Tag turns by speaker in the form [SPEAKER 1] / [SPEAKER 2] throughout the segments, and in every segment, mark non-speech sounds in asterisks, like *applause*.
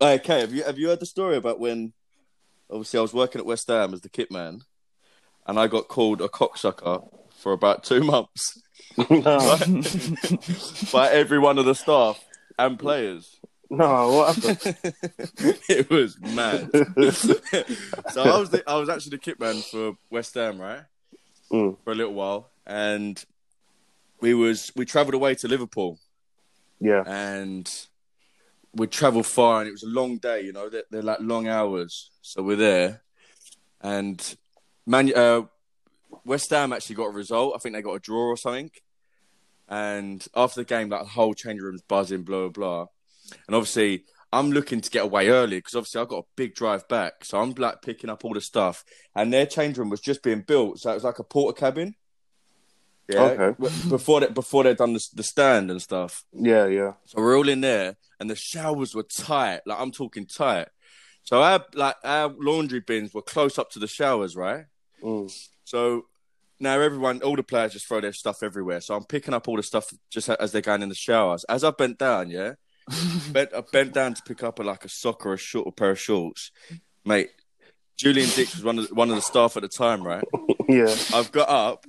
[SPEAKER 1] Okay, have you have you heard the story about when? Obviously, I was working at West Ham as the kit man, and I got called a cocksucker for about two months *laughs*
[SPEAKER 2] *laughs* no,
[SPEAKER 1] by every one of the staff and players.
[SPEAKER 2] no, what *laughs* happened?
[SPEAKER 1] it was mad. *laughs* so I was the, I was actually the kit man for West Ham, right?
[SPEAKER 2] Mm.
[SPEAKER 1] For a little while, and we was we travelled away to Liverpool,
[SPEAKER 2] Yeah,
[SPEAKER 1] and we'd travel far, and it was a long day. You know, they're, they're like long hours. So we're there, and man, uh, West Ham actually got a result. I think they got a draw or something. And after the game, like the whole change room's buzzing, blah blah blah. And obviously, I'm looking to get away early because obviously I've got a big drive back. So I'm like picking up all the stuff, and their change room was just being built, so it was like a porter cabin. Yeah.
[SPEAKER 2] Okay.
[SPEAKER 1] w- Before they before they'd done the, the stand and stuff.
[SPEAKER 2] yeah, yeah.
[SPEAKER 1] So we're all in there, and the showers were tight. Like I'm talking tight. So our like our laundry bins were close up to the showers, right?
[SPEAKER 2] Mm.
[SPEAKER 1] So now everyone, all the players just throw their stuff everywhere. So I'm picking up all the stuff just as they're going in the showers. As I bent down, yeah, bent, I bent down to pick up a, like a sock or a short or pair of shorts, mate. Julian Dix was one of the, one of the staff at the time, right?
[SPEAKER 2] Yeah.
[SPEAKER 1] I've got up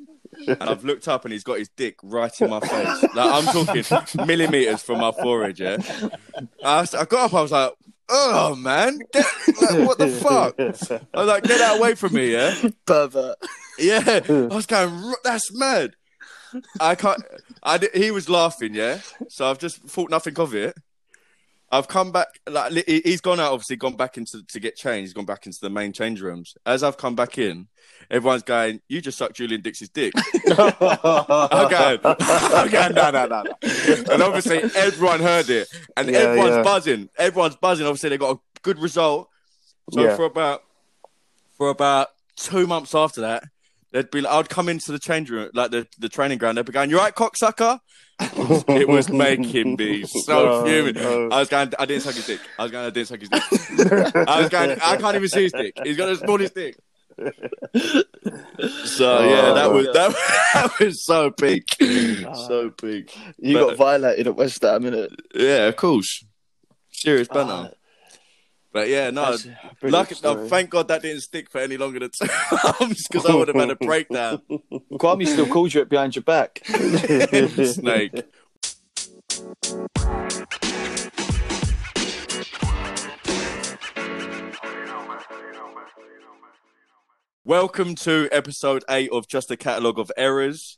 [SPEAKER 1] and I've looked up and he's got his dick right in my face. Like I'm talking millimeters from my forehead, yeah. I, s- I got up, I was like, oh man, get, like, what the fuck? I was like, get that away from me, yeah.
[SPEAKER 3] Pervert.
[SPEAKER 1] Yeah, I was going. "Ru- That's mad. I can't. I di- he was laughing. Yeah, so I've just thought nothing of it. I've come back. Like li- he- he's gone out. Obviously, gone back into to get changed. He's gone back into the main change rooms. As I've come back in, everyone's going. You just sucked Julian Dix's dick.
[SPEAKER 2] *laughs*
[SPEAKER 1] *laughs* I'm going. I'm going. No, no, no, no. And obviously, everyone heard it, and
[SPEAKER 2] Yeah,
[SPEAKER 1] everyone's
[SPEAKER 2] yeah.
[SPEAKER 1] buzzing. Everyone's buzzing. Obviously, they got a good result. So
[SPEAKER 2] Yeah.
[SPEAKER 1] for about for about two months after that, they'd be like, I'd come into the change room, like the, the training ground. They'd be going, "You right, cocksucker?"
[SPEAKER 2] *laughs*
[SPEAKER 1] It was making me so
[SPEAKER 2] No,
[SPEAKER 1] fuming.
[SPEAKER 2] no.
[SPEAKER 1] I was going, I didn't suck his dick. I was going, I didn't suck his dick. I was going, I can't even see his dick. He's got the smallest dick. So yeah,
[SPEAKER 2] Oh,
[SPEAKER 1] that was
[SPEAKER 3] yeah.
[SPEAKER 1] that, *laughs* that was so big,
[SPEAKER 2] Ah.
[SPEAKER 1] so big.
[SPEAKER 3] You
[SPEAKER 1] But-
[SPEAKER 3] got violated at West Ham, innit?
[SPEAKER 1] Yeah, of course, serious banner.
[SPEAKER 3] Ah,
[SPEAKER 1] but yeah, no,
[SPEAKER 3] that's a brilliant
[SPEAKER 1] Lucky, no,
[SPEAKER 3] story.
[SPEAKER 1] thank God that didn't stick for any longer than two *laughs* months because I would have had a breakdown.
[SPEAKER 3] Kwame still called you it behind your back.
[SPEAKER 1] *laughs* Snake. Welcome to episode eight of Just a Catalogue of Errors.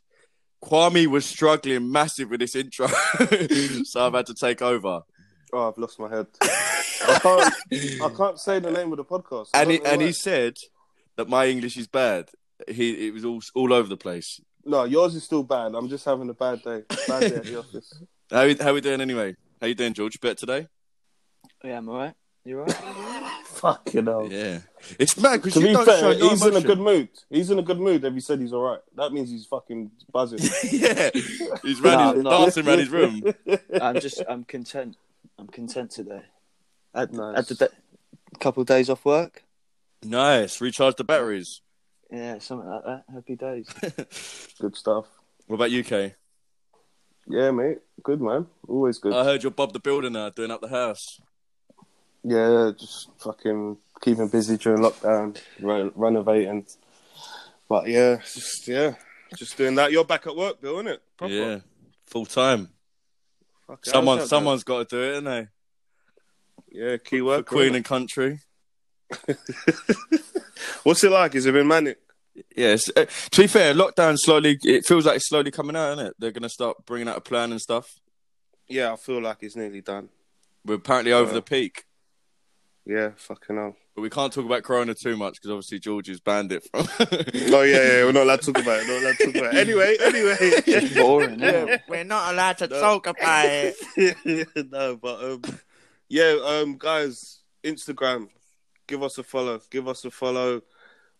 [SPEAKER 1] Kwame was struggling massive with this intro, *laughs* so I've had to take over.
[SPEAKER 2] Oh, I've lost my *laughs* head. I can't. I can't say the name of the podcast. I
[SPEAKER 1] And he,
[SPEAKER 2] don't know
[SPEAKER 1] and
[SPEAKER 2] why.
[SPEAKER 1] he said that my English is bad. He it was all all over the place.
[SPEAKER 2] no, yours is still bad. I'm just having a bad day. Bad day at the office.
[SPEAKER 1] How we, how we doing anyway? How you doing, George? You better today?
[SPEAKER 3] yeah, I'm alright. You alright?
[SPEAKER 2] *laughs* Fucking hell.
[SPEAKER 1] Yeah, it's mad because
[SPEAKER 2] To
[SPEAKER 1] you
[SPEAKER 2] be
[SPEAKER 1] don't show
[SPEAKER 2] fair,
[SPEAKER 1] no
[SPEAKER 2] he's in a
[SPEAKER 1] emotion.
[SPEAKER 2] good mood. He's in a good mood. If he said he's all right, that means he's fucking
[SPEAKER 1] *laughs*
[SPEAKER 2] buzzing.
[SPEAKER 1] yeah, he's ran his,
[SPEAKER 3] No, no.
[SPEAKER 1] dancing around his room.
[SPEAKER 3] I'm just, I'm content. I'm content today. I had,
[SPEAKER 2] Nice.
[SPEAKER 3] had the be- couple of days off work.
[SPEAKER 1] *laughs* Nice, recharge the batteries.
[SPEAKER 3] Yeah, something like that. Happy *laughs* days.
[SPEAKER 2] Good stuff.
[SPEAKER 1] What about UK?
[SPEAKER 2] Yeah, mate. Good man. Always good.
[SPEAKER 1] I heard you're Bob the Builder now, doing up the house.
[SPEAKER 2] yeah, just fucking keeping busy during lockdown, re- renovating. But yeah, it's just yeah, just doing that. You're back at work, Bill, isn't it?
[SPEAKER 1] Yeah, full time.
[SPEAKER 2] Fuck, how's
[SPEAKER 1] Someone,
[SPEAKER 2] that,
[SPEAKER 1] someone's got to do it, isn't they?
[SPEAKER 2] man? Yeah, key
[SPEAKER 1] For
[SPEAKER 2] work.
[SPEAKER 1] Queen and Country.
[SPEAKER 2] What's it like? Has it been manic?
[SPEAKER 1] Yes. Uh, to be fair, lockdown slowly. It feels like it's slowly coming out, isn't it? They're gonna start bringing out a plan and stuff.
[SPEAKER 2] Yeah, I feel like it's nearly done.
[SPEAKER 1] We're apparently over
[SPEAKER 2] Yeah.
[SPEAKER 1] the peak.
[SPEAKER 2] Yeah, fucking hell.
[SPEAKER 1] But we can't talk about Corona too much because obviously George has banned it from. *laughs*
[SPEAKER 2] Oh yeah, yeah, we're not allowed to talk about it. We're not allowed to talk about it. Anyway,
[SPEAKER 1] *laughs*
[SPEAKER 2] anyway.
[SPEAKER 3] Boring, innit?
[SPEAKER 1] We're not allowed to
[SPEAKER 2] No.
[SPEAKER 1] talk about it.
[SPEAKER 2] *laughs* no, but um, yeah, um, guys, Instagram, give us a follow. Give us a follow.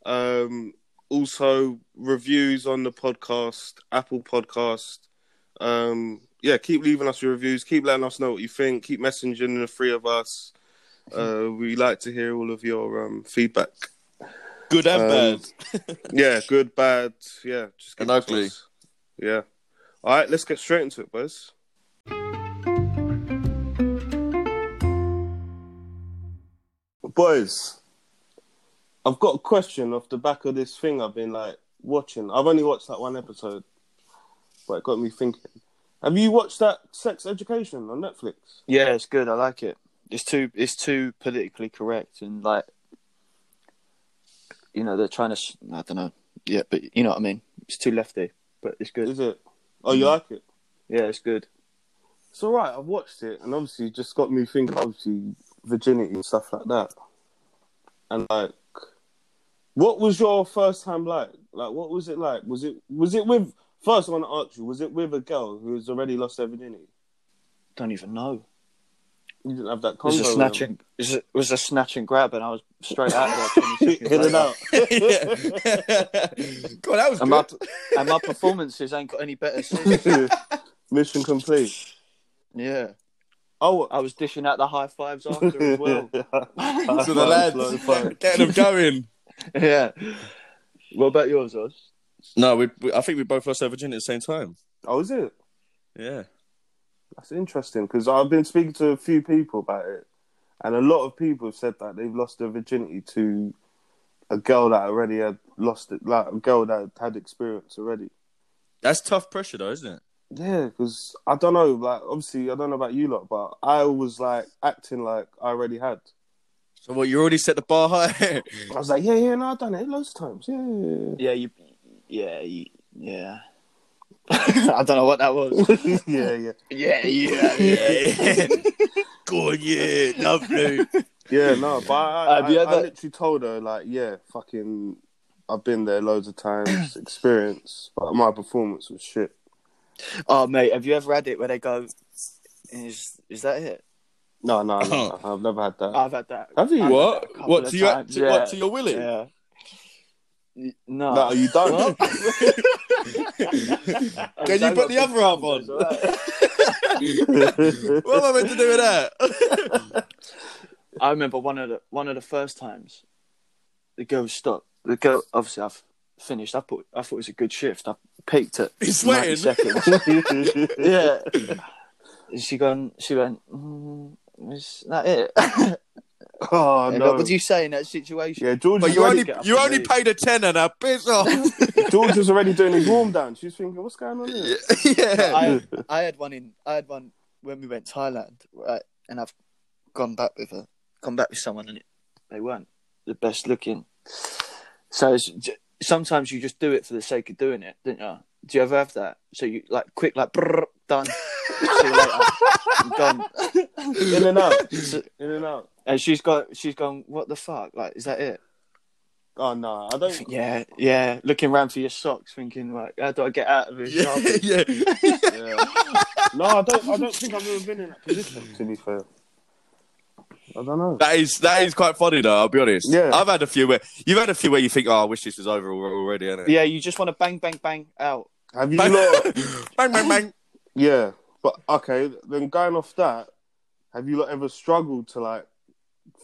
[SPEAKER 2] Um, also reviews on the podcast, Apple Podcast. Um, yeah, keep leaving us your reviews. Keep letting us know what you think. Keep messaging the three of us. Uh, we like to hear all of your um feedback.
[SPEAKER 1] Good and
[SPEAKER 2] Um,
[SPEAKER 1] bad. *laughs*
[SPEAKER 2] Yeah, good, bad. Yeah, just give
[SPEAKER 1] And
[SPEAKER 2] it to
[SPEAKER 1] ugly.
[SPEAKER 2] us. Yeah. All right, let's get straight into it, boys. boys, I've got a question off the back of this thing I've been like watching. I've only watched that one episode, but it got me thinking. Have you watched that Sex Education on Netflix?
[SPEAKER 3] Yeah, it's good. I like it. It's too it's too politically correct and like you know they're trying to sh- I don't know. Yeah, but you know what I mean. It's too lefty, but it's good.
[SPEAKER 2] Is it? Oh, you like it?
[SPEAKER 3] Yeah, it's good.
[SPEAKER 2] It's all right. I've watched it, and obviously, it just got me thinking. Obviously, virginity and stuff like that. And like, what was your first time like? Like, what was it like? Was it was it with? First, I want to ask you: Was it with a girl who's already lost their virginity?
[SPEAKER 3] Don't even know.
[SPEAKER 2] You didn't have that
[SPEAKER 3] It was
[SPEAKER 2] convo.
[SPEAKER 3] a snatch and it was a snatch and grab, and I was straight out there.
[SPEAKER 2] *laughs*
[SPEAKER 3] 20
[SPEAKER 2] Hit
[SPEAKER 3] seconds
[SPEAKER 2] it
[SPEAKER 3] later.
[SPEAKER 2] out. *laughs*
[SPEAKER 1] God, that was
[SPEAKER 3] And my,
[SPEAKER 1] good.
[SPEAKER 3] and my performances ain't got any
[SPEAKER 2] *laughs*
[SPEAKER 3] better. since.
[SPEAKER 2] Mission complete.
[SPEAKER 3] yeah,
[SPEAKER 2] Oh,
[SPEAKER 3] I was dishing out the high fives after
[SPEAKER 2] *laughs*
[SPEAKER 3] as well.
[SPEAKER 1] to the lads, getting them going.
[SPEAKER 3] yeah. What about yours, Oz?
[SPEAKER 1] No, we, we, I think we both lost our virginity at the same time.
[SPEAKER 2] Oh, is it?
[SPEAKER 1] Yeah.
[SPEAKER 2] That's interesting because I've been speaking to a few people about it, and a lot of people have said that they've lost their virginity to a girl that already had lost it, like a girl that had experience already.
[SPEAKER 1] That's tough pressure, though, isn't it?
[SPEAKER 2] Yeah, because I don't know, like obviously I don't know about you lot, but I was like acting like I already had.
[SPEAKER 1] So, what, you already set the bar *laughs* high?
[SPEAKER 2] I was like, yeah, yeah, no, I've done it loads of times. Yeah, yeah,
[SPEAKER 3] Yeah, you. Yeah, you, yeah. *laughs* I don't know what that was.
[SPEAKER 2] yeah. *laughs* yeah, yeah,
[SPEAKER 3] *laughs* yeah, yeah,
[SPEAKER 1] yeah. God, yeah. Lovely.
[SPEAKER 2] yeah. No, but I, I,
[SPEAKER 3] Have you
[SPEAKER 2] I,
[SPEAKER 3] ever-
[SPEAKER 2] I literally told her like, yeah, fucking, I've been there loads of times, experience, but my performance was shit.
[SPEAKER 3] Oh, mate, have you ever had it where they go, "Is is that it?"
[SPEAKER 2] No, no, no,
[SPEAKER 1] Oh.
[SPEAKER 2] no, I've never had that.
[SPEAKER 3] I've had that.
[SPEAKER 2] Have you?
[SPEAKER 3] I've had that a
[SPEAKER 1] *laughs* What?
[SPEAKER 3] couple
[SPEAKER 1] What
[SPEAKER 3] of
[SPEAKER 1] to, your,
[SPEAKER 3] times,
[SPEAKER 1] to,
[SPEAKER 3] yeah,
[SPEAKER 1] what to your Willie?
[SPEAKER 3] Yeah. Y- No.
[SPEAKER 2] No, you
[SPEAKER 1] *laughs*
[SPEAKER 3] *laughs*
[SPEAKER 2] don't.
[SPEAKER 1] Can you put the other half on? *laughs* What am I meant to do with that?
[SPEAKER 3] *laughs* I remember one of the one of the first times, the girl stopped. The girl, obviously, I've finished. I thought I thought it was a good shift. I peaked at
[SPEAKER 1] He's sweating.
[SPEAKER 3] 90 seconds.
[SPEAKER 1] *laughs*
[SPEAKER 3] yeah. And she gone. She went. Mm, is that it?
[SPEAKER 2] *laughs* oh
[SPEAKER 3] And I
[SPEAKER 2] no!
[SPEAKER 3] go, *laughs* what do you say in that situation?
[SPEAKER 2] Yeah, George.
[SPEAKER 1] but
[SPEAKER 2] Was
[SPEAKER 1] you
[SPEAKER 2] already...
[SPEAKER 1] only
[SPEAKER 3] get up
[SPEAKER 1] you
[SPEAKER 3] and
[SPEAKER 1] only
[SPEAKER 3] leave.
[SPEAKER 1] paid a tenner now. Piss off.
[SPEAKER 3] *laughs*
[SPEAKER 2] George was already doing his warm down. She was thinking, what's going on here?
[SPEAKER 1] *laughs* *laughs* yeah.
[SPEAKER 3] I I had one in I had one when we went to Thailand, right? And I've gone back with her, gone back with someone, and it, they weren't the best looking. So it's, j- sometimes you just do it for the sake of doing it, don't you? Do you ever have that? So you like quick, like brrr, done, see you later, I'm gone.
[SPEAKER 2] In and out,
[SPEAKER 3] So-
[SPEAKER 2] in and out.
[SPEAKER 3] and she's got she's gone. What the fuck? Like, is that it?
[SPEAKER 2] Oh no, I don't.
[SPEAKER 3] Yeah, yeah. Looking round for your socks, thinking like, how do I get out of this?
[SPEAKER 1] Yeah, yeah.
[SPEAKER 2] Yeah. No, I don't. I don't think I've ever been in that position. To be fair, I don't know.
[SPEAKER 1] That is that is quite funny though. I'll be honest.
[SPEAKER 2] Yeah.
[SPEAKER 1] I've had a few where you've had a few where you think, oh, I wish this was over al- already, innit?
[SPEAKER 3] *laughs* Yeah, you just want to bang, bang, bang out.
[SPEAKER 2] Have you?
[SPEAKER 1] Bang,
[SPEAKER 2] lot...
[SPEAKER 1] *laughs* bang, bang, bang.
[SPEAKER 2] Yeah, but okay. Then going off that, have you lot ever struggled to like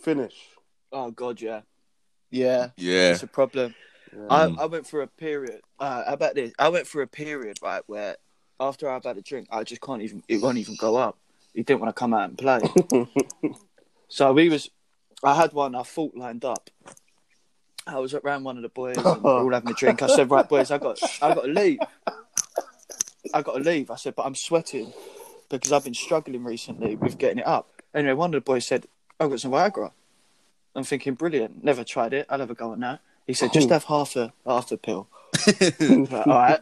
[SPEAKER 2] finish?
[SPEAKER 3] Oh God, yeah, yeah.
[SPEAKER 1] Yeah.
[SPEAKER 3] It's a problem.
[SPEAKER 2] Yeah.
[SPEAKER 3] I,
[SPEAKER 1] Mm.
[SPEAKER 3] I went through a period. Uh, how about this? I went through a period right where after I've had a drink, I just can't even. It won't even go up. He didn't want to come out and play. so we was. I had one. I thought lined up. I was around one of the boys. And we were all having a drink. I said, "Right, boys, I got, I got to leave. I got to leave." I said, "But I'm sweating because I've been struggling recently with getting it up." Anyway, one of the boys said, "I've got some Viagra." I'm thinking, brilliant. Never tried it. I'll have a go at that. He
[SPEAKER 2] *laughs*
[SPEAKER 3] said, just have half a half a pill. All right.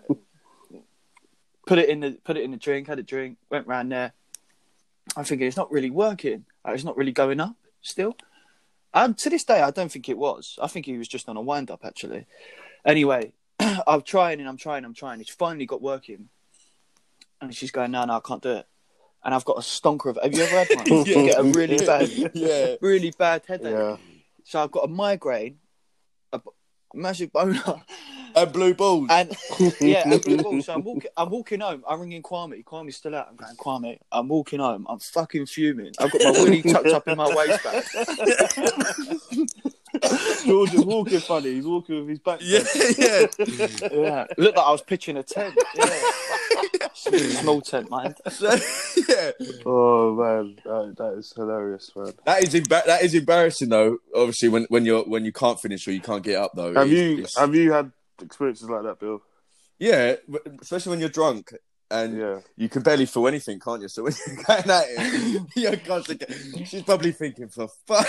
[SPEAKER 3] Put it in the put it in the drink. Had a drink. Went round there. I'm thinking it's not really working. Uh, It's not really going up still. And to this day, I don't think it was. I think he was just on a wind up actually. Anyway, *clears throat* I'm trying and I'm trying. I'm trying. It's finally got working. And she's going, no, no, I can't do it. And I've got a stonker of. Have you ever had one?
[SPEAKER 2] *laughs* Yeah.
[SPEAKER 3] You get a really
[SPEAKER 2] *laughs*
[SPEAKER 3] bad,
[SPEAKER 1] yeah.
[SPEAKER 3] really bad headache.
[SPEAKER 2] Yeah.
[SPEAKER 3] So I've got a migraine, a b- massive boner, *laughs*
[SPEAKER 1] And blue balls.
[SPEAKER 3] and yeah, and blue balls. So I'm walking, I'm walking home. I'm ringing Kwame. Kwame's still out. I'm going, Kwame. I'm walking home. I'm fucking fuming. I've got my willy tucked up in my waistband. George is walking funny. He's walking with his back.
[SPEAKER 1] Yeah, yeah.
[SPEAKER 3] yeah. Looked like I was pitching a tent. Yeah. Small tent, mind.
[SPEAKER 1] So, *laughs* yeah.
[SPEAKER 2] Oh man, that, that is hilarious, man.
[SPEAKER 1] That is embar- that is embarrassing though. Obviously, when, when you're when you can't finish or you can't get up though.
[SPEAKER 2] Have
[SPEAKER 1] It's-
[SPEAKER 2] you
[SPEAKER 1] it's-
[SPEAKER 2] have you had experiences like that, Bill?
[SPEAKER 1] Yeah, w- especially when you're drunk and
[SPEAKER 2] Yeah.
[SPEAKER 1] you can barely feel anything, can't you? So when you're going at it, *laughs* you're constantly, she's probably thinking, "For fuck,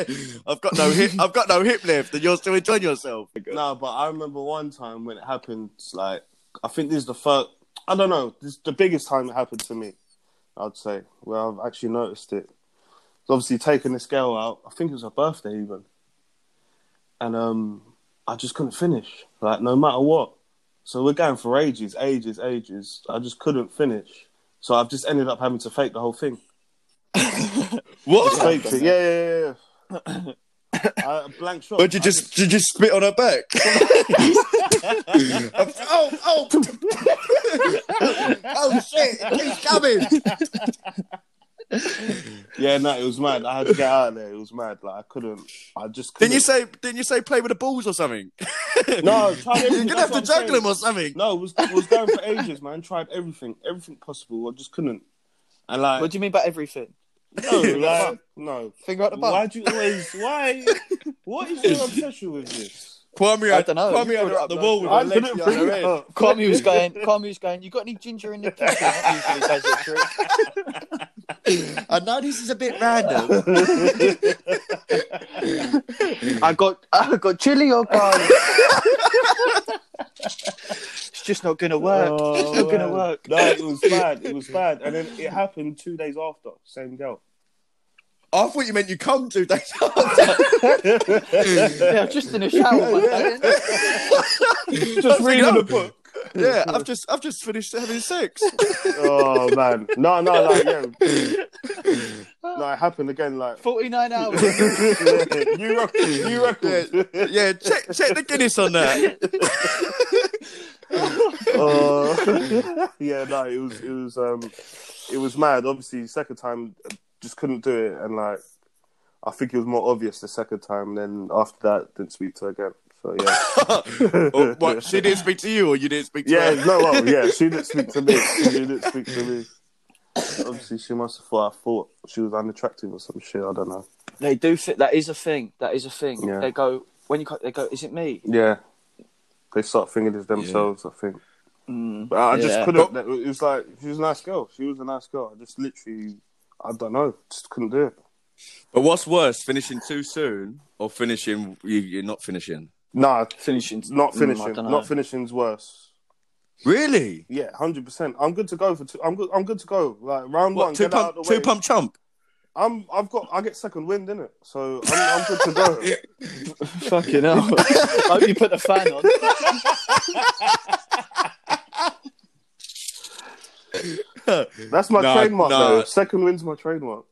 [SPEAKER 1] *laughs* I've got no hip, I've got no hip lift, and you're still enjoying yourself."
[SPEAKER 2] No, but I remember one time when it happened. Like, I think this is the first. I don't know. This is the biggest time it happened to me. I'd say where I've actually noticed it. It's obviously taking the scale out. I think it was her birthday even, and um, I just couldn't finish. Like no matter what. So we're going for ages, ages, ages. I just couldn't finish. So I've just ended up having to fake the
[SPEAKER 1] *laughs*
[SPEAKER 2] whole thing. Just
[SPEAKER 1] What?
[SPEAKER 2] faked it. Yeah, *coughs* yeah, yeah. yeah. I, blank shot.
[SPEAKER 1] But you
[SPEAKER 2] I
[SPEAKER 1] just did you just spit on her back? *laughs* oh, oh, *laughs* oh shit! It keeps coming.
[SPEAKER 2] Yeah, no, it was mad. I had to get out of there. It was mad. Like I couldn't. I just couldn't.
[SPEAKER 1] Didn't you say? Didn't you say play with the balls or something?
[SPEAKER 2] no? I Tried
[SPEAKER 1] *laughs* You're
[SPEAKER 2] everything.
[SPEAKER 1] gonna have to
[SPEAKER 2] That's what I'm
[SPEAKER 1] juggle them or
[SPEAKER 2] saying.
[SPEAKER 1] something.
[SPEAKER 2] No, it was it was going for ages, man. Tried everything, everything possible. I
[SPEAKER 1] *laughs*
[SPEAKER 2] just couldn't. And like,
[SPEAKER 3] What do you mean by everything?
[SPEAKER 2] no, like, no.
[SPEAKER 3] Finger out the bum.
[SPEAKER 2] Why do you always? Why? what is your obsession with this?
[SPEAKER 1] Kwame,
[SPEAKER 3] I dunno,
[SPEAKER 1] Kwame
[SPEAKER 3] you
[SPEAKER 1] had
[SPEAKER 3] brought
[SPEAKER 1] her
[SPEAKER 3] it
[SPEAKER 1] up
[SPEAKER 3] up,
[SPEAKER 1] the
[SPEAKER 3] no.
[SPEAKER 1] wall with
[SPEAKER 2] I
[SPEAKER 1] her legs
[SPEAKER 2] didn't
[SPEAKER 1] behind her
[SPEAKER 2] bring it
[SPEAKER 1] head.
[SPEAKER 2] up.
[SPEAKER 3] Oh, Kwame was going. Kwame was going. You got any ginger in the kitchen? That usually does it, Drew.
[SPEAKER 1] I know this is a bit
[SPEAKER 2] *laughs*
[SPEAKER 1] random.
[SPEAKER 3] I got I got chili or garlic. *laughs* it's just not gonna work. it's not gonna
[SPEAKER 2] Oh, man.
[SPEAKER 3] work.
[SPEAKER 2] No, it was bad. It was bad. And then it happened two days after. Same
[SPEAKER 3] *laughs*
[SPEAKER 2] girl.
[SPEAKER 1] I thought you meant you come to that.
[SPEAKER 3] Yeah, just in a shower. one day.
[SPEAKER 1] *laughs*
[SPEAKER 2] Just reading a book.
[SPEAKER 1] yeah, I've just I've just finished having
[SPEAKER 2] *laughs*
[SPEAKER 1] sex.
[SPEAKER 2] Oh man, no, no, like yeah,
[SPEAKER 3] *laughs*
[SPEAKER 2] no, it happened again. Like *laughs*
[SPEAKER 3] Forty nine hours.
[SPEAKER 2] you record, you record.
[SPEAKER 1] Yeah, check check the Guinness on that.
[SPEAKER 2] Uh, *laughs* yeah, no, it was, it was, um, it was mad. Obviously, second time, just couldn't do it, and like, I think it was more obvious the second time. Then after that, didn't speak to her again. So
[SPEAKER 1] Or
[SPEAKER 2] yeah,
[SPEAKER 1] Oh, what? She didn't speak to you, or you didn't speak to
[SPEAKER 2] yeah,
[SPEAKER 1] her?
[SPEAKER 2] no, well, yeah, she didn't speak to me. She didn't speak to me. Obviously, she must have thought I thought she was unattractive or some shit. I don't know.
[SPEAKER 3] they do. Th- that is a thing. That is a thing.
[SPEAKER 2] Yeah.
[SPEAKER 3] They go when you co- they go. Is it me?
[SPEAKER 2] Yeah. They start thinking it's themselves, I think.
[SPEAKER 3] Mm.
[SPEAKER 2] But I
[SPEAKER 3] Yeah.
[SPEAKER 2] just couldn't. It was like, she was a nice girl. She was a nice girl. I just literally, I don't know, just couldn't do it.
[SPEAKER 1] But what's worse, finishing too soon or finishing you, you're not finishing?
[SPEAKER 2] Nah,
[SPEAKER 3] Finishing.
[SPEAKER 2] not
[SPEAKER 3] Mm, I
[SPEAKER 2] finishing.
[SPEAKER 3] dunno.
[SPEAKER 2] not finishing's worse.
[SPEAKER 1] Really?
[SPEAKER 2] Yeah, hundred percent. I'm good to go for two. I'm good. I'm good to go. Like round one,
[SPEAKER 1] What? Two
[SPEAKER 2] get out
[SPEAKER 1] pump,
[SPEAKER 2] of the way.
[SPEAKER 1] two pump chump.
[SPEAKER 2] I'm. I've got. I get second wind in it, so I'm, I'm good to
[SPEAKER 1] *laughs*
[SPEAKER 2] go.
[SPEAKER 3] *laughs* Fucking
[SPEAKER 2] *laughs*
[SPEAKER 3] hell. hope you put the fan on.
[SPEAKER 2] That's my
[SPEAKER 1] Nah,
[SPEAKER 2] trademark.
[SPEAKER 1] nah.
[SPEAKER 2] though. Second wind's my trademark.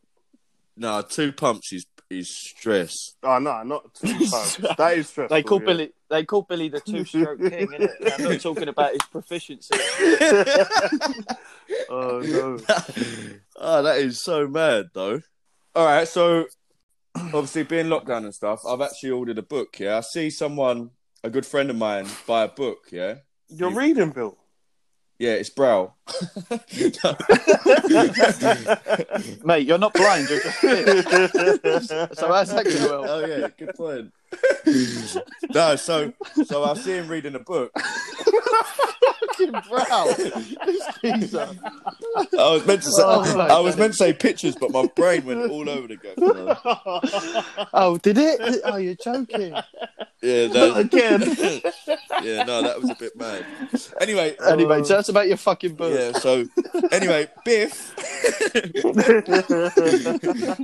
[SPEAKER 1] No, two pumps is is stress.
[SPEAKER 2] Oh no, not two
[SPEAKER 3] *laughs*
[SPEAKER 2] times. that is stressful.
[SPEAKER 3] They call
[SPEAKER 2] yeah.
[SPEAKER 3] Billy. They call Billy the two-stroke king. Innit?
[SPEAKER 2] *laughs*
[SPEAKER 3] And I'm not talking about his proficiency.
[SPEAKER 2] Oh
[SPEAKER 1] *laughs*
[SPEAKER 2] no.
[SPEAKER 1] oh, that is so mad, though. All right, so obviously being lockdown and stuff, I've actually ordered a book. Yeah, I see someone, a good friend of mine, buy a book. Yeah,
[SPEAKER 2] You're reading, Bill.
[SPEAKER 1] yeah, it's Brow.
[SPEAKER 3] Mate, you're not blind. You're just
[SPEAKER 2] *laughs*
[SPEAKER 3] fit. So that's actually
[SPEAKER 1] *laughs*
[SPEAKER 3] well.
[SPEAKER 1] oh yeah, good point. no, so so I see him reading a book.
[SPEAKER 3] fucking brow. This geezer.
[SPEAKER 1] I was meant to say,
[SPEAKER 3] Oh, my
[SPEAKER 1] I was meant to say pictures, but my brain went all over the go. you know.
[SPEAKER 3] Oh, did it? Oh, you're joking.
[SPEAKER 1] Yeah, that,
[SPEAKER 3] Again.
[SPEAKER 1] *laughs* yeah, no, that was a bit mad. Anyway,
[SPEAKER 3] *laughs* Anyway, tell us about your fucking book.
[SPEAKER 1] Yeah, so anyway, Biff. *laughs*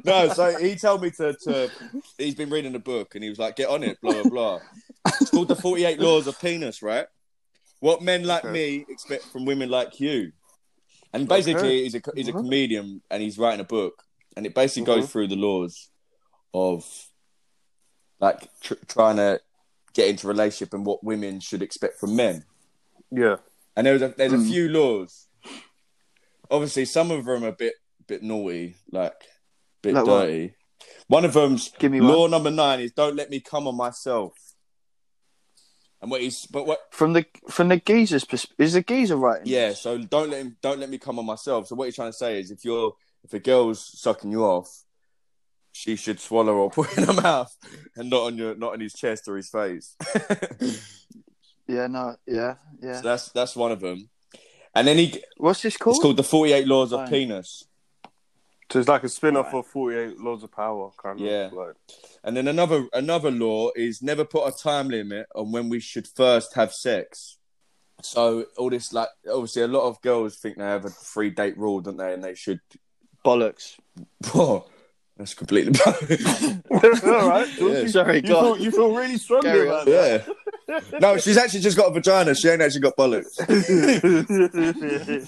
[SPEAKER 1] no, so he told me to, to. He's been reading a book and he was like, get on it, blah, blah, blah. It's called The 48 Laws of Penis, right? What men like me expect from women like you. And basically,
[SPEAKER 2] Okay.
[SPEAKER 1] he's, a, he's a
[SPEAKER 2] Mhm.
[SPEAKER 1] comedian and he's writing a book and it basically goes through the laws of like tr- trying to get into relationship and what women should expect from men.
[SPEAKER 2] Yeah.
[SPEAKER 1] And there's a, there's a
[SPEAKER 3] Mm.
[SPEAKER 1] few laws. Obviously, some of them are a bit bit naughty, like bit
[SPEAKER 3] Like what?
[SPEAKER 1] dirty. One of them's
[SPEAKER 3] Give me one.
[SPEAKER 1] law number nine is don't let me come on myself. And what he's but what
[SPEAKER 3] From the from the geezer's perspective, is the geezer writing?
[SPEAKER 1] yeah, so don't let him don't let me come on myself. So what he's trying to say is if you're if a girl's sucking you off, she should swallow *laughs* or put in her mouth and not on your not on his chest or his face. *laughs*
[SPEAKER 3] yeah, no, yeah,
[SPEAKER 1] So
[SPEAKER 3] yeah.
[SPEAKER 1] that's that's one of them. And then he
[SPEAKER 3] What's this called?
[SPEAKER 1] it's called the forty eight laws of
[SPEAKER 3] Fine.
[SPEAKER 1] penis.
[SPEAKER 2] So it's like a spin off of 48 Laws of Power, kind of.
[SPEAKER 1] Yeah.
[SPEAKER 2] Like,
[SPEAKER 1] And then another another law is never put a time limit on when we should first have sex. So all this like obviously a lot of girls think they have a free date rule, don't they? And they should. *laughs*
[SPEAKER 3] Bollocks. *laughs*
[SPEAKER 1] Whoa, that's completely. *laughs*
[SPEAKER 2] all
[SPEAKER 3] *laughs*
[SPEAKER 2] right.
[SPEAKER 1] Yeah.
[SPEAKER 3] Sorry,
[SPEAKER 2] You, feel,
[SPEAKER 3] God.
[SPEAKER 2] you feel really strongly
[SPEAKER 3] Carry
[SPEAKER 2] about that.
[SPEAKER 1] yeah. No, she's actually just got a vagina. She ain't actually got bollocks.
[SPEAKER 3] *laughs*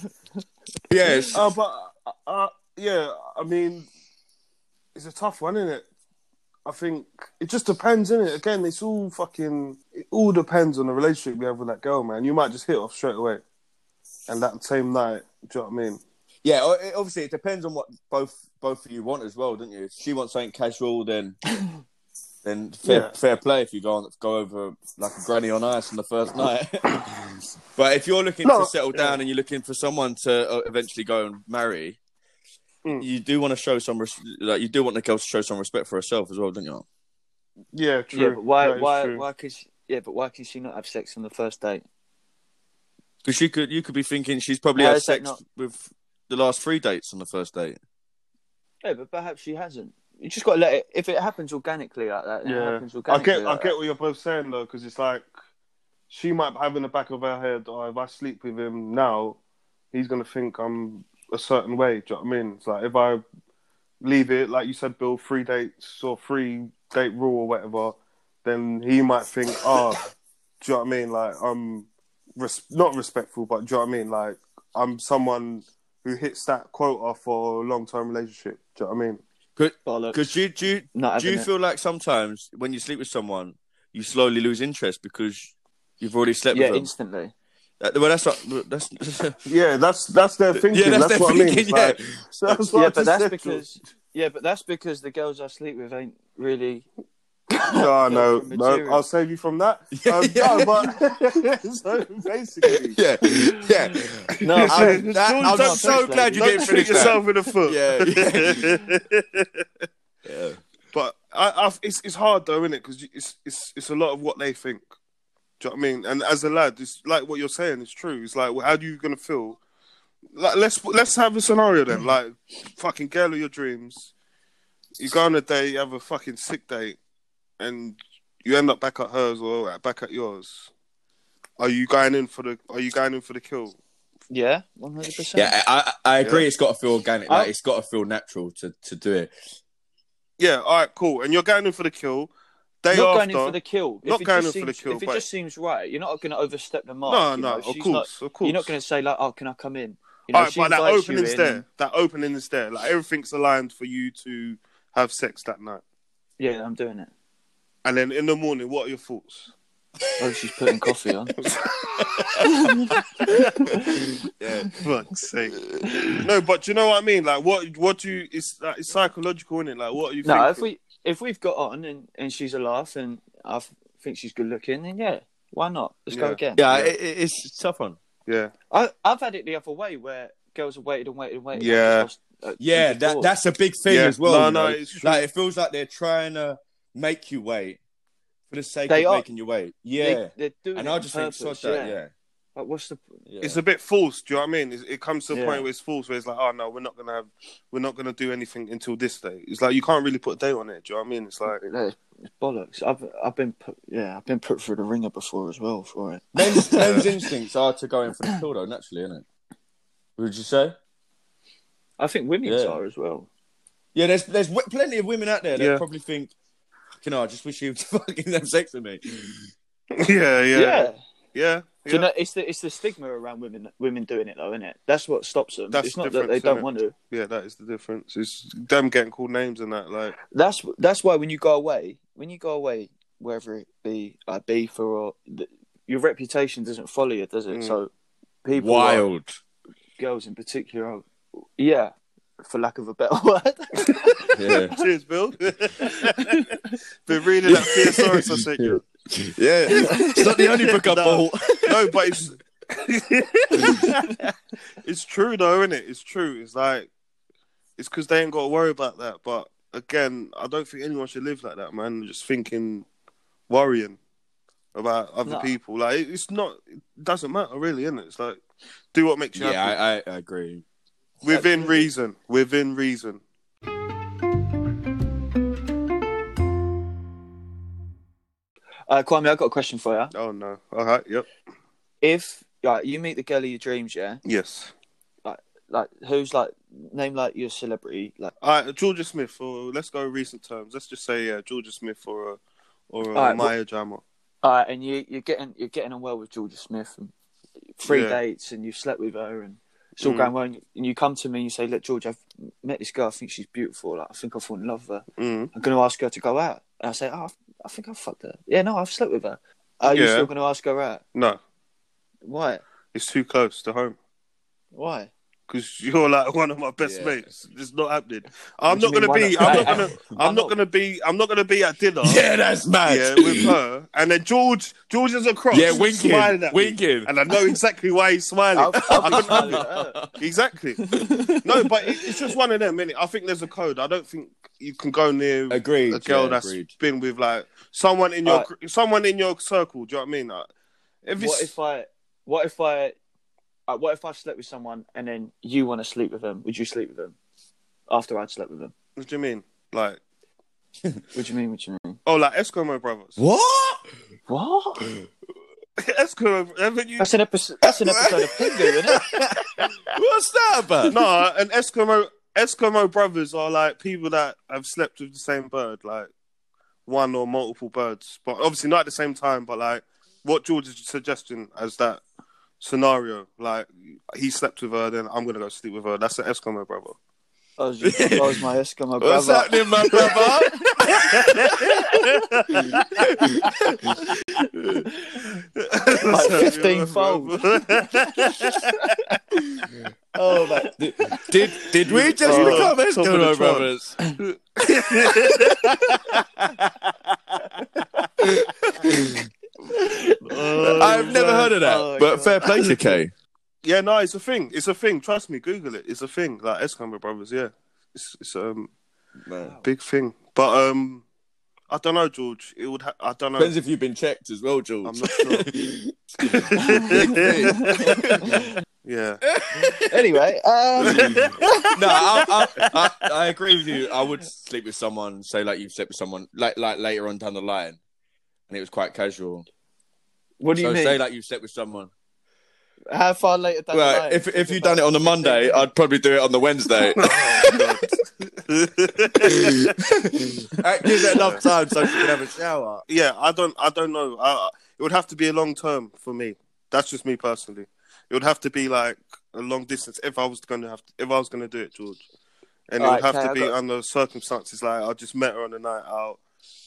[SPEAKER 1] yes.
[SPEAKER 2] Uh, but, uh, uh, yeah, I mean, it's a tough one, isn't it? I think it just depends, isn't it? Again, it's all fucking, it all depends on the relationship you have with that girl, man. You might just hit off straight away. And that same night, do you know what I mean?
[SPEAKER 1] Yeah. o- it- Obviously, it depends on what both both of you want as well, don't you? If she wants something casual, then then fair,
[SPEAKER 2] Yeah.
[SPEAKER 1] fair play if you go on, go over like a granny on ice on the first night. *laughs* but if you're looking
[SPEAKER 2] No,
[SPEAKER 1] to settle down and you're looking for someone to uh, eventually go and marry,
[SPEAKER 2] Mm.
[SPEAKER 1] you do want to show some res- like you do want the girl to show some respect for herself as well, don't you?
[SPEAKER 2] Yeah, *laughs*
[SPEAKER 3] Yeah,
[SPEAKER 2] true.
[SPEAKER 3] but why?
[SPEAKER 2] That is
[SPEAKER 3] why?
[SPEAKER 2] true.
[SPEAKER 3] Why could? She, yeah, but why could she not have sex on the first date?
[SPEAKER 1] Because you could you could be thinking she's probably
[SPEAKER 3] Why
[SPEAKER 1] had
[SPEAKER 3] is that
[SPEAKER 1] sex
[SPEAKER 3] not-
[SPEAKER 1] with the last three dates on the first date.
[SPEAKER 3] Yeah, but perhaps she hasn't. You just got to let it. If it happens organically like that, then it
[SPEAKER 2] Yeah, I
[SPEAKER 3] happens organically.
[SPEAKER 2] get, I
[SPEAKER 3] like
[SPEAKER 2] get what you're both saying though, because it's like she might have in the back of her head, oh, if I sleep with him now, he's gonna think I'm a certain way. Do you know what I mean? It's like if I leave it, like you said, Bill, three dates or three date rule or whatever, then he might think, oh, do you know what I mean? Like I'm res- not respectful, but do you know what I mean? Like I'm someone who hits that quota for a long-term relationship. Do you know what I mean?
[SPEAKER 3] Bollocks.
[SPEAKER 1] Because you do you,
[SPEAKER 3] Not
[SPEAKER 1] do you
[SPEAKER 3] having it.
[SPEAKER 1] feel like sometimes when you sleep with someone, you slowly lose interest because you've already slept
[SPEAKER 3] yeah,
[SPEAKER 1] with them?
[SPEAKER 3] instantly.
[SPEAKER 1] That- well, that's not that's. *laughs*
[SPEAKER 2] Yeah, that's that's their thinking.
[SPEAKER 1] that's their
[SPEAKER 2] that's what I mean.
[SPEAKER 1] thinking,
[SPEAKER 2] It's like-
[SPEAKER 1] yeah.
[SPEAKER 2] so that's what I
[SPEAKER 3] *laughs* Yeah, but
[SPEAKER 2] just
[SPEAKER 3] that's
[SPEAKER 2] said to him.
[SPEAKER 3] because. Yeah, but that's because the girls I sleep with ain't really.
[SPEAKER 2] *laughs* No, no,
[SPEAKER 3] from
[SPEAKER 2] no.
[SPEAKER 3] material.
[SPEAKER 2] I'll save you from that. Um,
[SPEAKER 1] *laughs* Yeah.
[SPEAKER 2] No,
[SPEAKER 1] *laughs*
[SPEAKER 2] but *laughs* so basically,
[SPEAKER 1] yeah, yeah.
[SPEAKER 3] No,
[SPEAKER 1] I'm,
[SPEAKER 3] I'm,
[SPEAKER 1] that- I'm
[SPEAKER 3] Don't
[SPEAKER 1] so
[SPEAKER 3] touch
[SPEAKER 1] glad
[SPEAKER 3] that.
[SPEAKER 1] you didn't finish that.
[SPEAKER 2] in the foot.
[SPEAKER 1] Yeah,
[SPEAKER 2] *laughs* but I, I've, it's it's hard though, isn't it? Because it's it's it's a lot of what they think. Do you know what I mean? And as a lad, it's like what you're saying is true. It's like, well, how do you gonna feel? Like, let's let's have a scenario then. Like, fucking girl of your dreams. You go on a date, you have a fucking sick date, and you end up back at hers or back at yours. Are you going in for the? Are you going in for the kill?
[SPEAKER 3] yeah, one hundred
[SPEAKER 1] *laughs*
[SPEAKER 3] percent.
[SPEAKER 1] yeah. Oh. I, I I agree.
[SPEAKER 2] Yeah.
[SPEAKER 1] It's got to feel organic. Like
[SPEAKER 3] I-
[SPEAKER 1] it's got to feel natural to, to do it.
[SPEAKER 2] Yeah, all right, cool. And you're going in for the kill. Day
[SPEAKER 3] Not
[SPEAKER 2] after,
[SPEAKER 3] going in for the kill. If
[SPEAKER 2] Not
[SPEAKER 3] it
[SPEAKER 2] going
[SPEAKER 3] just
[SPEAKER 2] in for the
[SPEAKER 3] seems-
[SPEAKER 2] kill,
[SPEAKER 3] If it
[SPEAKER 2] but-
[SPEAKER 3] just seems right, you're not going to overstep the mark.
[SPEAKER 2] no,
[SPEAKER 3] you
[SPEAKER 2] no,
[SPEAKER 3] know,
[SPEAKER 2] of
[SPEAKER 3] she's
[SPEAKER 2] course,
[SPEAKER 3] not-
[SPEAKER 2] of course.
[SPEAKER 3] You're not going to say like, "Oh, can I come in?" You
[SPEAKER 2] All right,
[SPEAKER 3] she
[SPEAKER 2] but that
[SPEAKER 3] invites you
[SPEAKER 2] opening's
[SPEAKER 3] in
[SPEAKER 2] there.
[SPEAKER 3] and-
[SPEAKER 2] That opening is there. Like everything's aligned for you to have sex that night.
[SPEAKER 3] Yeah, I'm doing it.
[SPEAKER 2] And then in the morning, what are your thoughts? *laughs*
[SPEAKER 3] Oh, she's putting coffee on.
[SPEAKER 1] Yeah,
[SPEAKER 2] Fuck's sake. No, but do you know what I mean? Like, what, what do you? It's, like, it's psychological, isn't it? Like, what are you?
[SPEAKER 3] No, if
[SPEAKER 2] thinking?
[SPEAKER 3] we if we've got on and, and she's a laugh and I f- think she's good looking, then yeah, why not? Let's go
[SPEAKER 2] Yeah.
[SPEAKER 3] again.
[SPEAKER 1] yeah. It, it- it's it's tough one.
[SPEAKER 2] Yeah,
[SPEAKER 3] I I've had it the other way where girls have waited and waited and waited.
[SPEAKER 2] Yeah.
[SPEAKER 3] Uh,
[SPEAKER 1] Yeah,
[SPEAKER 3] I'm
[SPEAKER 1] that
[SPEAKER 3] bored.
[SPEAKER 1] that's a big thing
[SPEAKER 2] Yeah.
[SPEAKER 1] as well.
[SPEAKER 2] No,
[SPEAKER 1] you
[SPEAKER 2] no,
[SPEAKER 1] know?
[SPEAKER 2] it's true.
[SPEAKER 1] like it feels like they're trying to make you wait for the sake
[SPEAKER 3] They
[SPEAKER 1] of
[SPEAKER 3] are.
[SPEAKER 1] making you wait.
[SPEAKER 3] They-
[SPEAKER 1] Yeah,
[SPEAKER 3] they're doing
[SPEAKER 1] and
[SPEAKER 3] it
[SPEAKER 1] I
[SPEAKER 3] on
[SPEAKER 1] just
[SPEAKER 3] purpose,
[SPEAKER 1] think sod that. Yeah.
[SPEAKER 3] Like, what's the
[SPEAKER 1] yeah.
[SPEAKER 2] it's a bit false. Do you know what I mean? It's, it comes to a
[SPEAKER 3] Yeah.
[SPEAKER 2] point where it's false, where it's like, oh no, we're not gonna have, we're not gonna do anything until this day. It's like you can't really put a date on it. Do you know what I mean? It's like, *laughs*
[SPEAKER 3] like, it's bollocks? I've I've been put yeah I've been put through the ringer before as well for it.
[SPEAKER 2] *laughs*
[SPEAKER 1] men's, men's instincts are to go in for the kill, though, naturally, isn't it? Would you say?
[SPEAKER 3] I think women's
[SPEAKER 1] Yeah.
[SPEAKER 3] are as well.
[SPEAKER 1] Yeah, there's there's w- plenty of women out there that
[SPEAKER 2] Yeah.
[SPEAKER 1] probably think, you *laughs* know, I just wish he would fucking have sex with me.
[SPEAKER 2] yeah, yeah, yeah.
[SPEAKER 3] Do you know, it's the it's the stigma around women women doing it though, isn't it? That's what stops them.
[SPEAKER 2] That's
[SPEAKER 3] it's not that
[SPEAKER 2] different,
[SPEAKER 3] they
[SPEAKER 2] isn't
[SPEAKER 3] don't
[SPEAKER 2] it?
[SPEAKER 3] want to.
[SPEAKER 2] Yeah, that is the difference. It's them getting called names and that. Like,
[SPEAKER 3] That's that's why when you go away, when you go away, whether it be Ibiza or th- your reputation doesn't follow you, does it?
[SPEAKER 2] Mm.
[SPEAKER 3] So people, are-
[SPEAKER 1] Wild.
[SPEAKER 3] girls in particular, are, yeah, for lack of a better *laughs* word.
[SPEAKER 2] *laughs*
[SPEAKER 1] Yeah.
[SPEAKER 2] Cheers, Bill. Been reading that thesaurus I sent you.
[SPEAKER 1] *laughs* yeah. It's not the only book I
[SPEAKER 2] *laughs* No.
[SPEAKER 1] bought.
[SPEAKER 2] No, but it's *laughs* it's true though, isn't it? It's true. It's like it's because they ain't got to worry about that. But again, I don't think anyone should live like that, man. Just thinking, worrying about other
[SPEAKER 3] No.
[SPEAKER 2] people. Like it- it's not. It doesn't matter really, innit? It's like do what makes you
[SPEAKER 1] Yeah,
[SPEAKER 2] happy
[SPEAKER 1] I, I, I agree.
[SPEAKER 2] within reason. Within reason.
[SPEAKER 3] uh, Kwame, I've got a question for you.
[SPEAKER 2] Oh no. All right. Yep.
[SPEAKER 3] If like, you meet the girl of your dreams, yeah,
[SPEAKER 2] Yes.
[SPEAKER 3] like who's like name like your celebrity, like
[SPEAKER 2] All right. Georgia Smith, or let's go recent terms. Let's just say yeah, Georgia Smith, or a, or a
[SPEAKER 3] All right,
[SPEAKER 2] Maya Jama.
[SPEAKER 3] uh, and you you're getting you're getting on well with Georgia Smith, and three
[SPEAKER 2] Yeah.
[SPEAKER 3] dates, and you've slept with her, and it's all
[SPEAKER 2] Mm.
[SPEAKER 3] going well, and you, and you come to me and you say, look, George, I've met this girl, I think she's beautiful, like I think I fall in love with her.
[SPEAKER 2] Mm.
[SPEAKER 3] I'm going to ask her to go out, and I say, oh, I've- I think I've fucked her. Yeah, no, I've slept with her. Are you
[SPEAKER 2] Yeah.
[SPEAKER 3] still going to ask her out?
[SPEAKER 2] No,
[SPEAKER 3] Why?
[SPEAKER 2] it's too close to home.
[SPEAKER 3] Why?
[SPEAKER 2] Because you're like one of my best
[SPEAKER 1] Yeah.
[SPEAKER 2] mates. It's not happening. I'm
[SPEAKER 3] do you
[SPEAKER 2] not gonna
[SPEAKER 3] mean,
[SPEAKER 2] be.
[SPEAKER 3] why
[SPEAKER 2] I'm
[SPEAKER 3] not?
[SPEAKER 2] not gonna. I'm not gonna be. I'm not gonna be at dinner.
[SPEAKER 1] Yeah, that's mad.
[SPEAKER 2] Oh. yeah, with her. And then George. George is
[SPEAKER 1] *laughs*
[SPEAKER 2] across.
[SPEAKER 1] Yeah, winking,
[SPEAKER 2] smiling at me.
[SPEAKER 1] winking.
[SPEAKER 2] And I know exactly why he's smiling.
[SPEAKER 3] I've-
[SPEAKER 2] *laughs* I couldn't
[SPEAKER 3] I've-
[SPEAKER 2] have it. *laughs* Exactly. No, but it, it's just one of them. Innit? I think there's a code. I don't think you can go near
[SPEAKER 1] Agreed.
[SPEAKER 2] a girl
[SPEAKER 1] yeah,
[SPEAKER 2] that's
[SPEAKER 1] agreed.
[SPEAKER 2] been with like someone in your
[SPEAKER 3] Alright.
[SPEAKER 2] cr- someone in your circle. Do you know what I mean? Like, if it's
[SPEAKER 3] *laughs* What if I? What if I? Uh, what if I slept with someone and then you want to sleep with them? Would you sleep with them after I'd slept with them?
[SPEAKER 2] what do you mean? Like,
[SPEAKER 3] What do you mean? What do you mean?
[SPEAKER 2] oh, like Eskimo brothers.
[SPEAKER 1] What?
[SPEAKER 3] What?
[SPEAKER 2] *laughs* Eskimo, haven't you? *laughs*
[SPEAKER 3] That's an episode. That's an episode of Pingu, isn't *laughs* it?
[SPEAKER 1] *laughs* What's that about?
[SPEAKER 2] no, and Eskimo Eskimo brothers are like people that have slept with the same bird, like one or multiple birds, but obviously not at the same time. But like what George is suggesting as that scenario, like he slept with her, then I'm gonna go sleep with her. That's an Eskimo brother.
[SPEAKER 3] I was, just, I was Oh, my Eskimo
[SPEAKER 1] What's
[SPEAKER 3] brother.
[SPEAKER 1] happening, my
[SPEAKER 2] *laughs*
[SPEAKER 1] brother?
[SPEAKER 3] Like 15-fold. Oh, mate.
[SPEAKER 1] did did we just
[SPEAKER 2] Oh,
[SPEAKER 1] become
[SPEAKER 2] top of the
[SPEAKER 1] Eskimo
[SPEAKER 2] chart.
[SPEAKER 1] brothers? I've never heard of that.
[SPEAKER 3] Oh,
[SPEAKER 1] but
[SPEAKER 3] God.
[SPEAKER 1] fair play to K.
[SPEAKER 2] *laughs* Yeah, no, it's a thing. It's a thing. Trust me, Google it. It's a thing. Like Eskimo brothers, yeah. It's, it's um big thing. But um, I don't know, George. It would. Ha- I don't know.
[SPEAKER 1] Depends if you've been checked as well, George.
[SPEAKER 2] I'm not
[SPEAKER 1] *laughs*
[SPEAKER 2] sure. *laughs* yeah.
[SPEAKER 3] Anyway, um,
[SPEAKER 1] no, I, I, I, I agree with you. I would sleep with someone, say like you've slept with someone, like like later on down the line, and it was quite casual.
[SPEAKER 3] what do you
[SPEAKER 1] so
[SPEAKER 3] mean?
[SPEAKER 1] say like you've slept with someone.
[SPEAKER 3] How far later? down the
[SPEAKER 1] well,
[SPEAKER 3] line?
[SPEAKER 1] if if you done it on the Monday, I'd probably do it on the Wednesday.
[SPEAKER 2] Oh, *laughs*
[SPEAKER 1] That gives it enough time so she can have a shower.
[SPEAKER 2] yeah, I don't. I don't know. I, it would have to be a long term for me. That's just me personally. It would have to be like a long distance if I was going to have to, if I was going to do it, George. And it
[SPEAKER 3] Alright,
[SPEAKER 2] would have
[SPEAKER 3] okay,
[SPEAKER 2] to
[SPEAKER 3] I
[SPEAKER 2] be
[SPEAKER 3] got-
[SPEAKER 2] under circumstances like I just met her on a night out,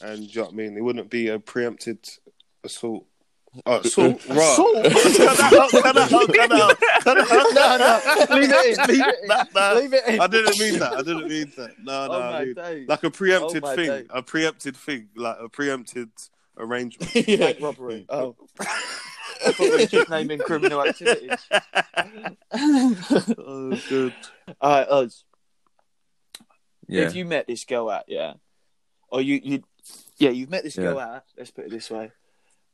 [SPEAKER 2] and do you know what I mean. It wouldn't be a preempted assault. Oh, assault, right. Cut that out, cut that out, cut that out.
[SPEAKER 3] no, no, leave
[SPEAKER 2] *laughs*
[SPEAKER 3] it in. Leave it in.
[SPEAKER 2] Nah, nah.
[SPEAKER 3] Leave it in.
[SPEAKER 2] I didn't mean that. I didn't mean that. No, no.
[SPEAKER 3] oh
[SPEAKER 2] I
[SPEAKER 3] my
[SPEAKER 2] mean,
[SPEAKER 3] days.
[SPEAKER 2] like a preempted
[SPEAKER 3] Oh, my
[SPEAKER 2] thing.
[SPEAKER 3] days.
[SPEAKER 2] A preempted thing. Like a preempted arrangement.
[SPEAKER 1] yeah.
[SPEAKER 3] Bank robbery. Oh. I thought we were just naming criminal activities. *laughs* All
[SPEAKER 2] oh, good.
[SPEAKER 3] right, Oz.
[SPEAKER 1] yeah.
[SPEAKER 3] If you met this girl out, yeah, or you, you, yeah, you've met this girl out. Let's put it this way,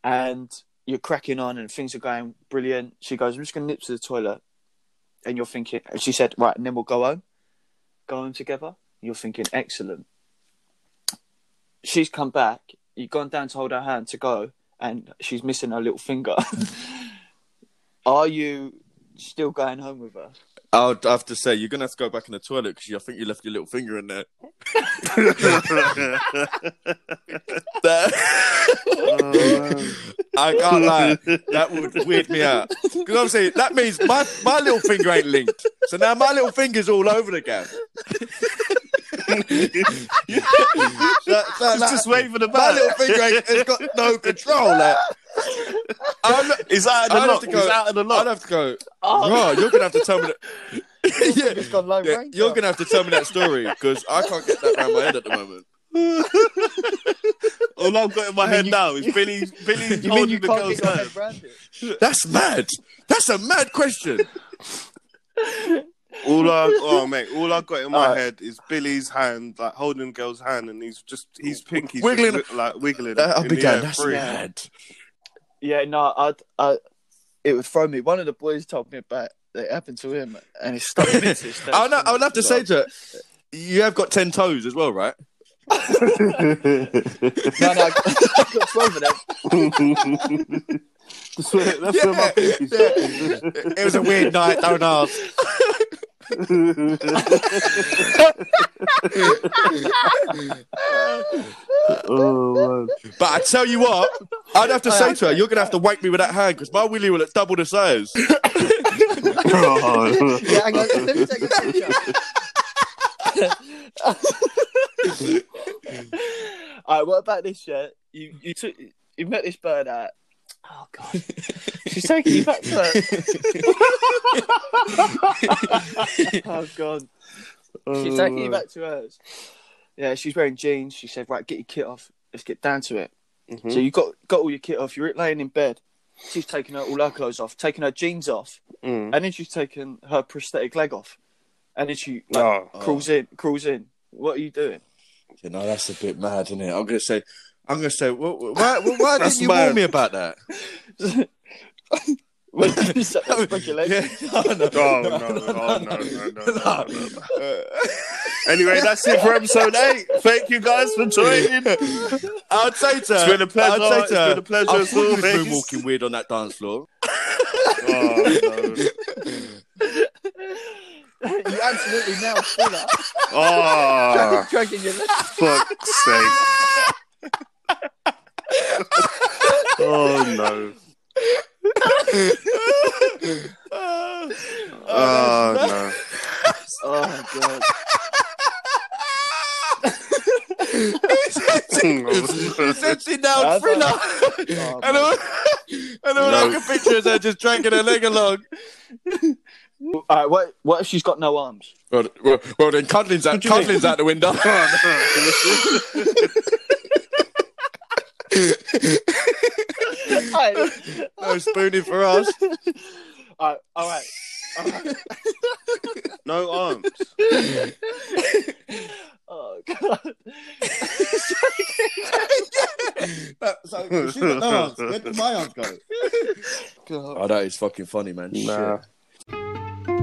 [SPEAKER 3] and you're cracking on, and things are going brilliant. She goes, "I'm just going to nip to the toilet," and you're thinking, and she said, "Right, and then we'll go home, go home together." You're thinking, "Excellent." She's come back. You've gone down to hold her hand to go, and she's missing her little finger. *laughs* are you still going home with her?
[SPEAKER 1] I'll have to say you're gonna have to go back in the toilet because I think you left your little finger in there. That-
[SPEAKER 2] *laughs*
[SPEAKER 1] I can't lie, that would weird me out because obviously that means my my little finger ain't linked. So now my little finger's all over the gap. That- that-
[SPEAKER 2] It's just waving the
[SPEAKER 1] my
[SPEAKER 2] back.
[SPEAKER 1] little finger ain't, it's got no control. Like, I'm,
[SPEAKER 2] It's out
[SPEAKER 1] I'd
[SPEAKER 2] of the
[SPEAKER 1] have
[SPEAKER 2] lock.
[SPEAKER 1] to
[SPEAKER 2] It's
[SPEAKER 1] go-
[SPEAKER 2] out of the
[SPEAKER 1] I'd
[SPEAKER 2] lock.
[SPEAKER 1] have to go. Bro, you're gonna have to tell me. That, *laughs* yeah.
[SPEAKER 3] It's gone low
[SPEAKER 1] Yeah,
[SPEAKER 3] rank
[SPEAKER 1] you're
[SPEAKER 3] up.
[SPEAKER 1] gonna have to tell me that story because I can't get that round my head at the moment.
[SPEAKER 2] All I've got in my
[SPEAKER 3] mean,
[SPEAKER 2] head
[SPEAKER 3] you-
[SPEAKER 2] now is Billy. Billy
[SPEAKER 3] You mean
[SPEAKER 2] holding
[SPEAKER 3] you
[SPEAKER 2] the
[SPEAKER 3] can't
[SPEAKER 2] girl's
[SPEAKER 3] get your
[SPEAKER 2] hand.
[SPEAKER 3] head round it?
[SPEAKER 1] That's mad. That's a mad question. *laughs*
[SPEAKER 2] All I, oh mate, all I got in my
[SPEAKER 3] Alright.
[SPEAKER 2] head is Billy's hand, like holding the girl's hand, and he's just he's pinky
[SPEAKER 1] Wiggling-
[SPEAKER 2] like wiggling.
[SPEAKER 1] That
[SPEAKER 2] in
[SPEAKER 1] up
[SPEAKER 2] the
[SPEAKER 1] again.
[SPEAKER 2] air,
[SPEAKER 1] That's
[SPEAKER 2] free. *laughs*
[SPEAKER 1] mad. *laughs*
[SPEAKER 3] Yeah, no, I'd, I, it would throw me. One of the boys told me about it happened to him, and it stuck
[SPEAKER 1] *laughs*
[SPEAKER 3] me. to this day.
[SPEAKER 1] I'll, I'll have to say to her, you have got ten toes as well, right?
[SPEAKER 3] no, no, I got, I got twelve of them.
[SPEAKER 4] That's where, that's where my pinky's
[SPEAKER 2] *laughs*
[SPEAKER 1] It was a weird night. Don't ask.
[SPEAKER 4] oh,
[SPEAKER 1] But I tell you what, I'd have to
[SPEAKER 3] Oh,
[SPEAKER 1] say to her,
[SPEAKER 3] okay.
[SPEAKER 1] you're gonna have to wake me with that hand because my willy will at double the size.
[SPEAKER 4] man. God.
[SPEAKER 3] Yeah, hang on, let me take a *laughs* picture. All right, what about this? Yeah, you you took you met this bird at. Oh god, she's taking you back to. her- oh god, she's taking you back to hers. Yeah, she's wearing jeans. She said, "Right, get your kit off. Let's get down to it." So
[SPEAKER 2] Hmm? Mm-hmm.
[SPEAKER 3] you got got all your kit off. You're laying in bed. She's taking her all her clothes off, taking her jeans off,
[SPEAKER 2] Mm.
[SPEAKER 3] and then she's taken her prosthetic leg off, and then she like,
[SPEAKER 2] Oh.
[SPEAKER 3] crawls in, crawls in. What are you doing?
[SPEAKER 1] *laughs*
[SPEAKER 3] *laughs*
[SPEAKER 1] You know that's a bit mad, isn't it? I'm gonna say, I'm gonna say, why, why, *laughs* why
[SPEAKER 2] That's
[SPEAKER 1] didn't you
[SPEAKER 2] mad.
[SPEAKER 1] warn me about that?
[SPEAKER 3] When you sat there with your leg-
[SPEAKER 1] no, no,
[SPEAKER 2] Oh, *laughs* no, oh, no, no, no, no, no.
[SPEAKER 1] Uh,
[SPEAKER 2] *laughs* Anyway, that's it for *laughs* episode eight. Thank you guys
[SPEAKER 1] *laughs*
[SPEAKER 2] for *laughs* joining.
[SPEAKER 1] I'd say to her,
[SPEAKER 2] It's been a pleasure.
[SPEAKER 1] I'd say
[SPEAKER 2] It's
[SPEAKER 1] to her,
[SPEAKER 2] been a pleasure
[SPEAKER 1] I
[SPEAKER 2] as
[SPEAKER 1] thought you was
[SPEAKER 2] always.
[SPEAKER 1] moonwalking weird on that dance floor.
[SPEAKER 2] Oh, no.
[SPEAKER 3] *laughs* you absolutely now full up, *laughs* Ah.
[SPEAKER 1] Ah. *laughs*
[SPEAKER 2] oh
[SPEAKER 3] dragging your leg. *laughs*
[SPEAKER 2] fuck's *laughs* sake. Oh, *laughs* no. Oh, *laughs* no.
[SPEAKER 3] Oh god.
[SPEAKER 1] It's empty now,
[SPEAKER 3] That's
[SPEAKER 1] thriller.
[SPEAKER 3] Oh,
[SPEAKER 1] and
[SPEAKER 3] man.
[SPEAKER 1] all, *laughs* and all
[SPEAKER 2] No.
[SPEAKER 1] I can picture is her just dragging her leg along.
[SPEAKER 3] All right, what what if she's got no arms?
[SPEAKER 1] Well, well, well then cuddling's out, cuddling's out the window. *laughs*
[SPEAKER 3] all
[SPEAKER 1] no spooning for us.
[SPEAKER 3] right, all right.
[SPEAKER 2] No arms.
[SPEAKER 3] Oh god.
[SPEAKER 1] so, she got no arms. Where
[SPEAKER 2] *laughs*
[SPEAKER 1] did my arms go?
[SPEAKER 3] God.
[SPEAKER 1] *laughs* Oh, that is fucking funny, man.
[SPEAKER 2] Nah.
[SPEAKER 1] Shit.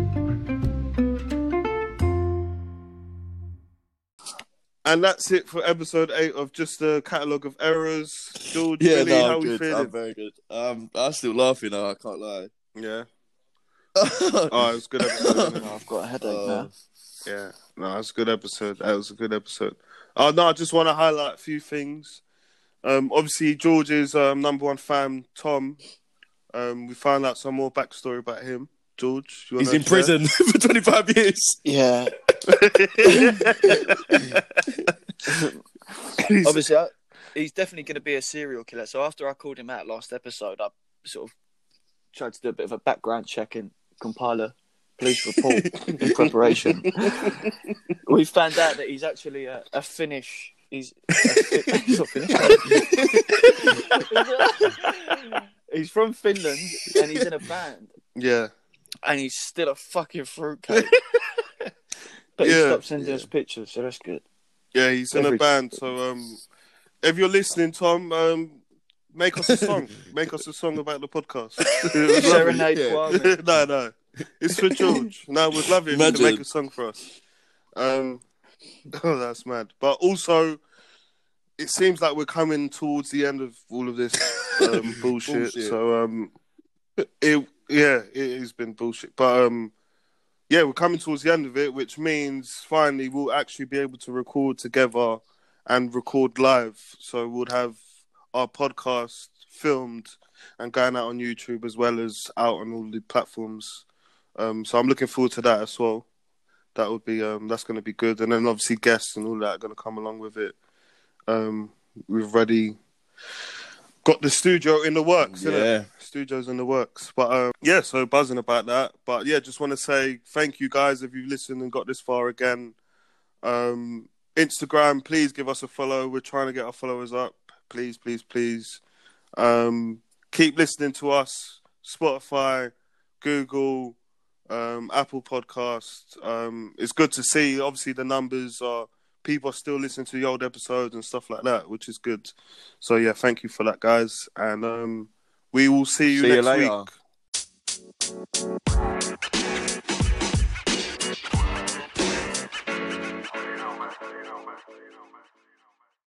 [SPEAKER 2] And that's it for episode eight of just the catalogue of errors. George,
[SPEAKER 1] Yeah,
[SPEAKER 2] Billy,
[SPEAKER 1] no,
[SPEAKER 2] how
[SPEAKER 1] I'm
[SPEAKER 2] we
[SPEAKER 1] good. I'm
[SPEAKER 2] feeling?
[SPEAKER 1] very good. Um, I'm still laughing. Though, I can't lie. *laughs*
[SPEAKER 2] Yeah. Oh, it was a good episode. wasn't it?
[SPEAKER 3] I've got a headache
[SPEAKER 1] Oh,
[SPEAKER 3] now.
[SPEAKER 2] yeah. No, it's a good episode. That was a good episode. Oh no, I just want to highlight a few things. Um, obviously George's um, number one fan, Tom. Um, we found out some more backstory about him. George, you
[SPEAKER 1] he's
[SPEAKER 2] wanna
[SPEAKER 1] in
[SPEAKER 2] share?
[SPEAKER 1] prison *laughs* for 25 *laughs* years.
[SPEAKER 3] Yeah.
[SPEAKER 2] He's-
[SPEAKER 3] obviously I, he's definitely going to be a serial killer so after i called him out last episode i sort of tried to do a bit of a background check and compile a police
[SPEAKER 2] *laughs*
[SPEAKER 3] report in preparation we found out that he's actually a, a finnish
[SPEAKER 2] *laughs*
[SPEAKER 3] he's, *laughs* a Fi- he's not finnish he's from finland and he's in a band
[SPEAKER 2] yeah,
[SPEAKER 3] and he's still a
[SPEAKER 2] *laughs*
[SPEAKER 3] fucking fruitcake but he
[SPEAKER 2] Yeah.
[SPEAKER 3] stopped sending us pictures so that's good
[SPEAKER 2] yeah, he's in a
[SPEAKER 3] Every-
[SPEAKER 2] band. So um, if you're listening, Tom, um, make us a song. make us a song about the podcast. It was lovely.
[SPEAKER 3] serenade
[SPEAKER 1] yeah.
[SPEAKER 2] *laughs*
[SPEAKER 3] Kwame.
[SPEAKER 2] no, no. It's for George. No, we'd love it if you could
[SPEAKER 1] Imagine.
[SPEAKER 2] make a song for us. Um, *laughs* oh, that's mad. But also, it seems like we're coming towards the end of all of this um, bullshit.
[SPEAKER 1] Bullshit.
[SPEAKER 2] So, um, it yeah, it has been bullshit. But um, yeah, we're coming towards the end of it, which means finally we'll actually be able to record together and record live. So we'll have our podcast filmed and going out on YouTube as well as out on all the platforms. Um, so I'm looking forward to that as well. That would be um, that's going to be good, and then obviously guests and all that are going to come along with it. Um, we've already got the studio in the works, innit?
[SPEAKER 1] Yeah.
[SPEAKER 2] Studios in the works. But um, yeah, so buzzing about that. But yeah, just want to say thank you guys if you've listened and got this far again. Um, Instagram, please give us a follow. We're trying to get our followers up. Please, please, please. Um, keep listening to us. Spotify, Google, um, Apple Podcast. Um, it's good to see. Obviously, the numbers are people are still listening to the old episodes and stuff like that, which is good. So yeah, thank you for that, guys, and um, we will see you
[SPEAKER 1] See you
[SPEAKER 2] next
[SPEAKER 1] later.
[SPEAKER 2] week.